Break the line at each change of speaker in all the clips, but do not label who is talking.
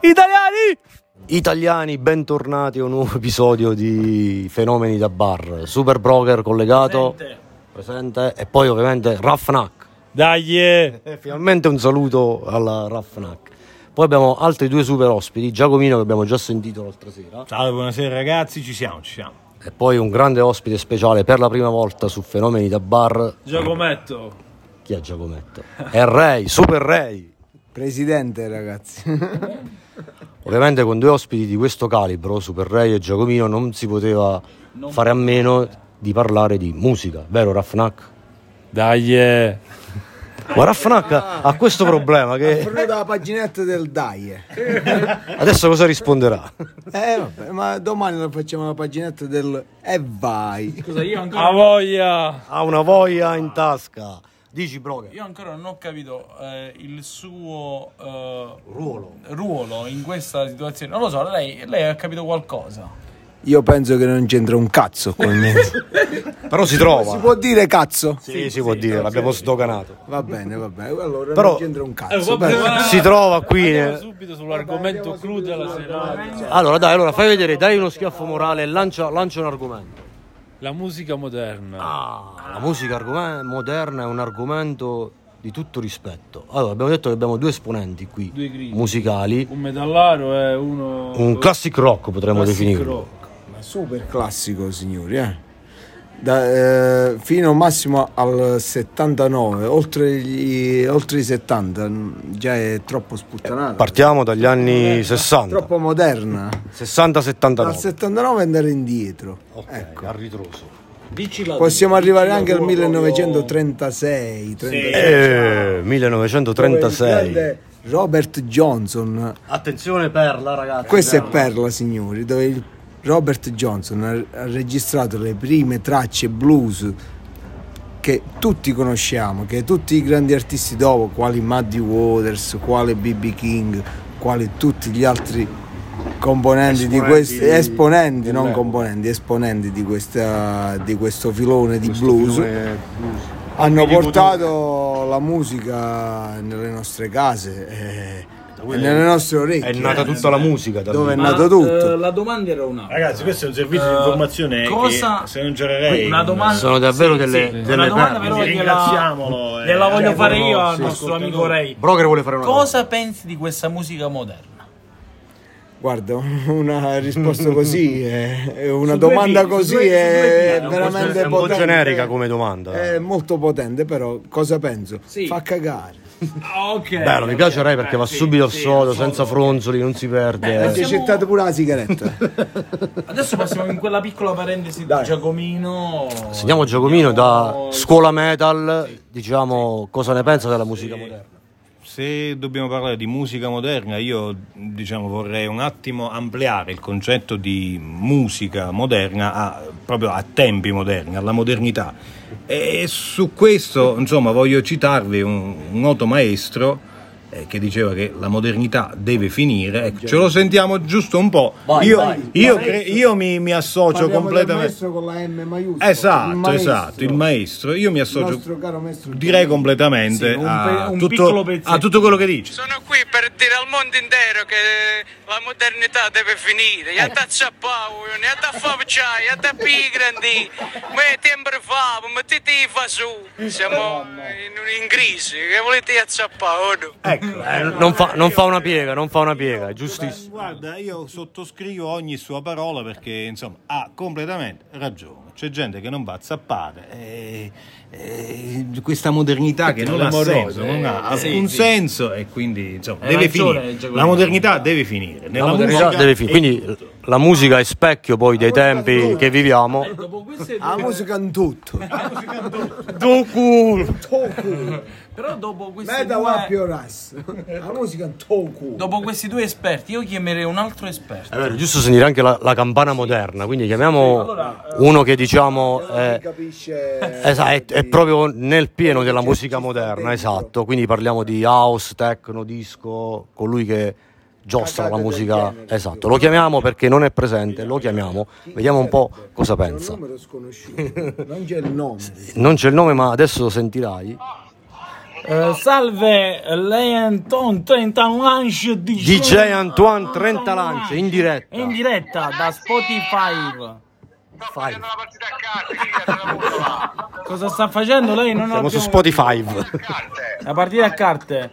Italiani!
Italiani, bentornati a un nuovo episodio di Fenomeni da Bar. Super Broker collegato, presente, e poi ovviamente Raffnac.
Dai! eh.
E finalmente un saluto alla Raffnac. Poi abbiamo altri due super ospiti, Giacomino che abbiamo già sentito l'altra sera
Salve, buonasera ragazzi, ci siamo, ci siamo.
e poi un grande ospite speciale per la prima volta su Fenomeni da Bar.
Giacometto.
Chi è Giacometto? È Ray, Super Ray.
Presidente, ragazzi.
Ovviamente con due ospiti di questo calibro, Super Ray e Giacomino, non si poteva fare a meno di parlare di musica, vero Raffnac?
Dai! eh.
Ma Raffnac ha questo problema che
Tornato la paginetta del DAI. Eh,
adesso cosa risponderà?
vabbè, ma domani lo facciamo la paginetta del E vai.
Scusa, io ancora,
A voglia!
Ha una voglia in tasca. Dici Broga.
io ancora non ho capito eh, il suo eh,
Ruolo.
ruolo in questa situazione. Non lo so, lei, lei ha capito qualcosa.
Io penso che non c'entra un cazzo con me.
Però si trova.
Si può dire cazzo?
Sì, si può dire, l'abbiamo sdoganato.
Va bene, va bene. Allora
Però-
non c'entra un cazzo.
vabbè,
però-
ma-
Si trova qui. eh.
Andiamo subito sull'argomento clou della serata.
Allora dai, allora fai vedere, dai uno schiaffo morale e lancia, lancia un argomento.
La musica moderna.
Ah, la musica argome- moderna è un argomento di tutto rispetto. Allora, abbiamo detto che abbiamo due esponenti qui
Due grigi.
musicali.
Un metallaro è uno...
Un classic rock potremmo
classic
definirlo.
rock.
Ma super classico, signori, eh. Da, eh, fino massimo al 79, oltre, gli- oltre i 70, mh, già è troppo sputtanato.
Partiamo dagli anni 60.
troppo moderna. Dal
60-79.
79 andare indietro. Ecco.
Ok, a ritroso.
Possiamo arrivare anche al 1936, 36,
Eh,
dove il
1936.
grande Robert Johnson.
Attenzione perla, ragazzi.
Questa è perla, signori, dove il Robert Johnson ha ha registrato le prime tracce blues che tutti conosciamo, che tutti i grandi artisti dopo, quali Muddy Waters, quale BB King, quali tutti gli altri componenti di questi esponenti, non componenti, esponenti di, questa, di questo filone di blues hanno portato la musica nelle nostre case eh, e nelle nostre orecchie. eh,
È nata tutta la musica da
dove è
lì.
nato tutto.
eh,
la domanda era un'altra.
Ragazzi, questo è un servizio di informazione che
cosa-
se non giorerei
Una domanda,
Sono davvero delle- delle
una domanda
perle.
però
Sì,
gliela,
ringraziamolo, eh.
gliela voglio
Cioè,
fare
no,
io al
sì,
nostro
ascoltatore.
amico Ray.
Broker vuole fare una cosa.
Cosa pensi di questa musica moderna?
Guarda, una risposta così, è, è una
Su due
domanda
piedi, su
così
due- su due
è,
piedi. È un po'
veramente
è un po'
potente.
generica come domanda.
È molto potente, però cosa penso?
Sì.
Fa cagare.
Ok.
Bello, mi piace Rai perché va subito Eh, al sodo, senza fronzoli, non si
Ha
perde. eh.
Beh, Siamo-
gettato pure la sigaretta.
Cioè,
Adesso passiamo in quella piccola parentesi
Dai.
di Giacomino.
Sentiamo Giacomino da
Andiamo-
scuola metal, diciamo cosa ne pensa della musica moderna.
Se dobbiamo parlare di musica moderna, io diciamo, vorrei un attimo ampliare il concetto di musica moderna a- proprio a tempi moderni, alla modernità. E su questo, insomma, voglio citarvi un, un noto maestro eh, che diceva che la modernità deve finire. Ecco, ce lo sentiamo giusto un po'.
Vai,
io
vai.
io cre- io mi, mi
Parliamo
associo
del
completamente.
maestro con la M maiuscola.
Esatto,
il maestro.
esatto, il maestro. Io mi
Il
associo
nostro caro maestro.
direi completamente
Sì, un
a,
pe- un piccolo
tutto,
pezzetto.
a tutto quello che dice.
Sono qui per dire al mondo intero che la modernità deve finire. Ya da ciappavo, ya da favciai, ya da pigrandi. Ma è tempo fa, ma ti ti fa su. Siamo in, in crisi, che volete oh acciappare?
Eh, non, fa, non fa una piega, non fa una piega, è giustissimo.
Guarda, io sottoscrivo ogni sua parola perché insomma ha completamente ragione. C'è gente che non va a zappare. e- e questa modernità che non ha senso, non ha alcun senso e quindi insomma
Hai
deve
ragione,
finire.
Giacomo.
La modernità deve finire. Nella
La modernità
musica
deve
e
finire, quindi la musica è specchio poi dei tempi che viviamo.
Eh, Dopo queste
La Ah, musica in tutto. Toku.
Però dopo questi,
Meta
due,
Wapio Ras. La musica in Toku.
dopo questi due esperti, io chiamerei un altro esperto.
È vero, è giusto sentire anche la, la campana moderna, quindi chiamiamo uno che
eh,
diciamo è,
Capisce.
eh, sa, è- è proprio nel pieno della musica moderna, esatto, quindi parliamo di house, techno, disco, colui che giostra la musica, esatto, lo chiamiamo perché non è presente, lo chiamiamo, vediamo un po' cosa
È
pensa.
un numero sconosciuto, non c'è il nome.
Non c'è il nome ma adesso lo sentirai.
Eh, salve, lei è Anton 30 Lange di
DJ Antoine 30 Lance, in diretta.
In diretta da Spotify.
Fai.
Facendo la partita a carte, chi cazzo la butta là?
Cosa sta facendo lei? Non
Siamo su
abbiamo-
Spotify.
Carte.
La partita a carte.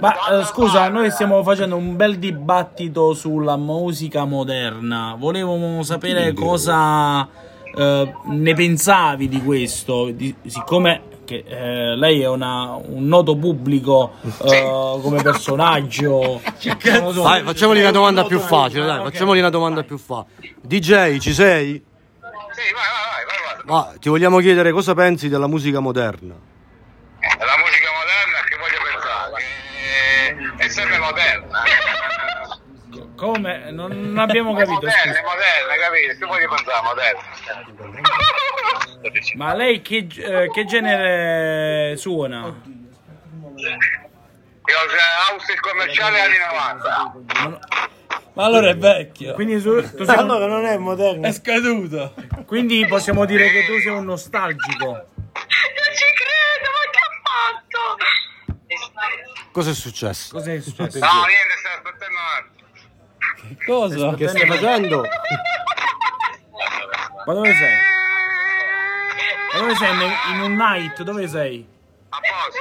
Ma eh, scusa, noi stiamo facendo un bel dibattito sulla musica moderna. Volevamo sapere cosa eh, ne pensavi di questo, di- siccome che, eh, lei è una- un noto pubblico eh, come personaggio. Non lo so.
Dai, facciamogli una domanda più facile, Cioè, dai, facciamogli una domanda più facile. DJ, ci sei?
Sì, vai, vai, vai, vai, vai.
Ma ti vogliamo chiedere cosa pensi della musica moderna?
La musica moderna che voglio pensare, che è sempre moderna.
Ecco, Come? Non, non abbiamo
È
capito.
moderna,
Scusa.
è moderna, capito? Tu voglio pensare moderna.
Ma lei che, eh, che genere suona?
Io ho house il commerciale anni 90.
Ma allora è vecchio.
Quindi, su- tu sei un-
Allora non è moderno.
È scaduto.
quindi possiamo dire che tu sei un nostalgico.
Non ci credo, ma che ha fatto?
Cosa è successo?
Cos'è successo?
No, niente, sta aspettando un attimo.
Cosa?
Che stai facendo?
Ma dove sei? Ma dove sei? In, in un night? Dove sei?
A posto.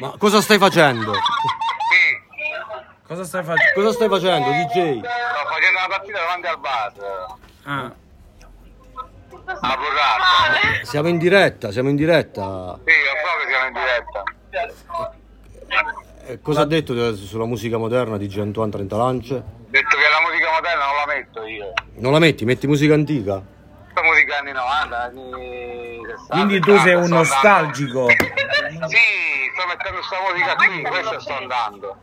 Ma cosa stai facendo?
Sì,
Cosa stai facendo?
Cosa stai facendo, DJ?
sto facendo la partita davanti al bar.
Ah,
A Burrato.
Siamo in diretta, siamo in diretta.
Sì, lo so che siamo in diretta.
Eh, cosa ha detto de- sulla musica moderna DJ Antoine 30 Lance?
Detto che la musica moderna non la metto io.
Non la metti, metti musica antica.
Sto musica anni 90, anni 60.
quindi tu sei
80,
un
sto
nostalgico.
andando. Sì, sto mettendo sta musica qui, questa sto andando.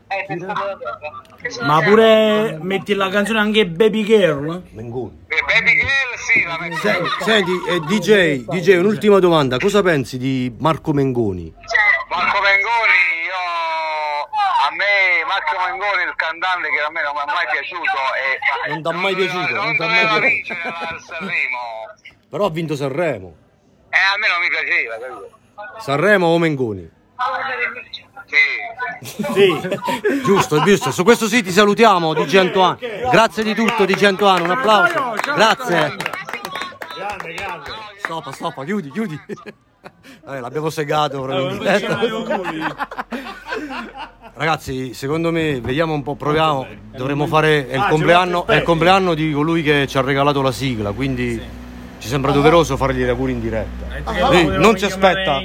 Ma pure metti la canzone anche Baby Girl?
Mengoni.
E Baby Girl sì, la metto io.
Senti, eh, DJ, DJ, un'ultima domanda. Cosa pensi di Marco Mengoni?
Marco Mengoni, io a me Marco Mengoni il cantante che a me non mi è mai piaciuto e
Non t'ha mai piaciuto,
non,
non t'ha mai
doveva
piaciuto.
vincere al Sanremo
Però ha vinto Sanremo.
e a me non mi piaceva, capito?
Sanremo o Mengoni?
Sì.
Giusto, giusto. Su questo sì ti salutiamo DJ Antoine. Grazie di tutto DJ Antoine, un applauso. Grazie. Stoppa, stoppa, chiudi, chiudi. Eh, l'abbiamo segato veramente. Ragazzi, secondo me, vediamo un po', proviamo. Dovremmo fare è il compleanno, è il compleanno di colui che ci ha regalato la sigla, quindi ci sembra doveroso fargli gli auguri in diretta. Lui non ci aspetta,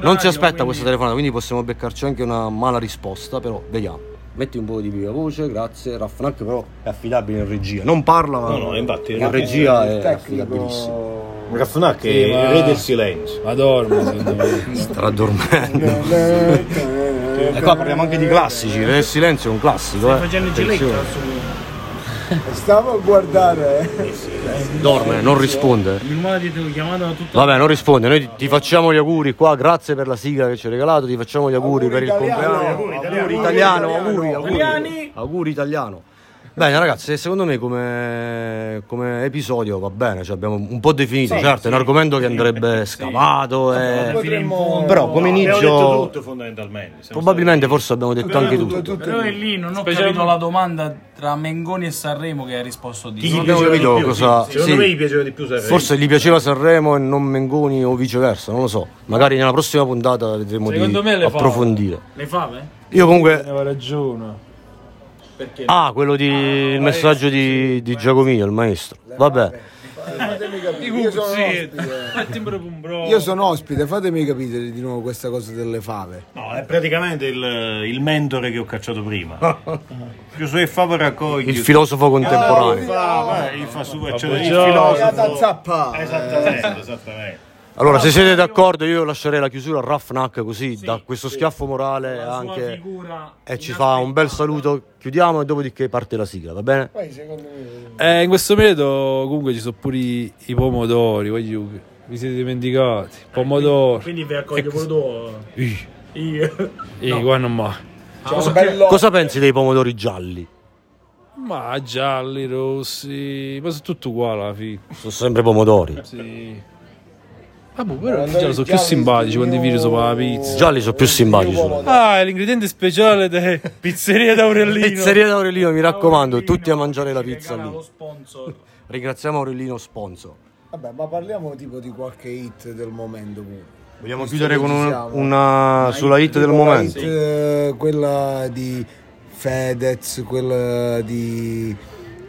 non ci aspetta questa telefonata, quindi possiamo beccarci anche una mala risposta, però vediamo. Metti un po' di viva voce, grazie. Raffnac però è affidabile in regia. Non parla, ma
No, no, infatti,
in
il
regia è affidabilissimo.
tecnico
Raffunà che
Sì, ma-
è il re del silenzio.
Ma dormo, secondo me.
Starà dormendo. E qua parliamo anche di classici, il silenzio è un classico, eh.
Facendo il giletto.
Attenzione.
stavo a guardare
Dorme, non risponde.
Il modo di te lo chiamavano tutto.
Certo. Vabbè, non risponde, noi ti facciamo gli auguri qua, grazie per la sigla che ci hai regalato, ti facciamo gli auguri per il compleanno. Auguri italiano, auguri, auguri.
Italiani.
Auguri italiano. Bene ragazzi, secondo me come, come episodio va bene, cioè abbiamo un po' definito, certo, è un argomento che andrebbe scavato, eh,
potremmo
però come
Abbiamo detto
inizio
tutto fondamentalmente. siamo
probabilmente forse abbiamo detto anche tutto.
Però è lì, non ho
Specialmente-
capito la domanda tra Mengoni e Sanremo che ha risposto di.
Non
stati-
abbiamo
piaceva
capito
di più,
cosa-
sì. Secondo
sì.
me gli piaceva di più Sanremo.
Forse gli piaceva Sanremo e non Mengoni o viceversa, non lo so. Magari nella prossima puntata vedremo
Secondo
di
me le fa.
approfondire.
Le fave?
Io comunque
Aveva ragione.
Ah, quello di il messaggio di, di Giacomino, il maestro. Vabbè.
fatemi capire io sono
eh,
ospite
Fatti pure un bro.
io sono ospite fatemi capire di nuovo questa cosa delle fave
No, è praticamente il, il mentore che ho cacciato prima. Giuseppe Fava raccoglie.
Il filosofo contemporaneo.
Fava, il fa su- cioè, il
Giorgio.
Ragazza
filosofo.
zappa
Esattamente, esattamente.
Allora, se siete d'accordo, io lascerei la chiusura a Raffnac così da questo schiaffo morale anche e ci fa un bel saluto. Chiudiamo e dopodiché parte la sigla, va bene?
Eh, in questo periodo comunque ci sono pure i, i pomodori, voglio vi siete dimenticati.
Eh,
Pomodori.
Quindi vi accoglio pure tu.
Ih,
Io.
eh, qua non ma.
Cosa pensi dei pomodori gialli?
Ma gialli, rossi, ma sono tutto uguale alla fine.
Sono sempre pomodori.
Sì. Vabbè, però già sono più simpatici quando i virus sono per la pizza.
Già lì sono
Eh,
più simpatici. sulla-
Ah, è l'ingrediente speciale della pizzeria d'Aurellino.
Pizzeria d'Aurelino, mi raccomando, tutti a mangiare la pizza
Regala lo
lì.
sponsor.
Ringraziamo Aurelino sponsor.
Vabbè, ma parliamo tipo di qualche hit del momento. comunque.
Vogliamo
Visto
chiudere
che
con
ci
una,
siamo.
una sulla hit del
Tipo la
momento.
hit, eh, quella di Fedez, quella di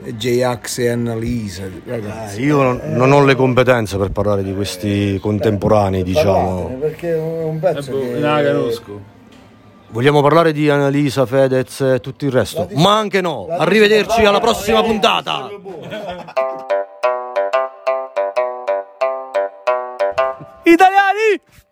J-Ax e Annalisa, ragazzi.
Eh, Io non, non ho le competenze per parlare di questi contemporanei,
Parlatene,
diciamo.
Eh, Perché è un pezzo che...
Eh,
Vogliamo parlare di Annalisa, Fedez e tutto il resto. Ma anche no. Arrivederci alla prossima puntata.
Italiani!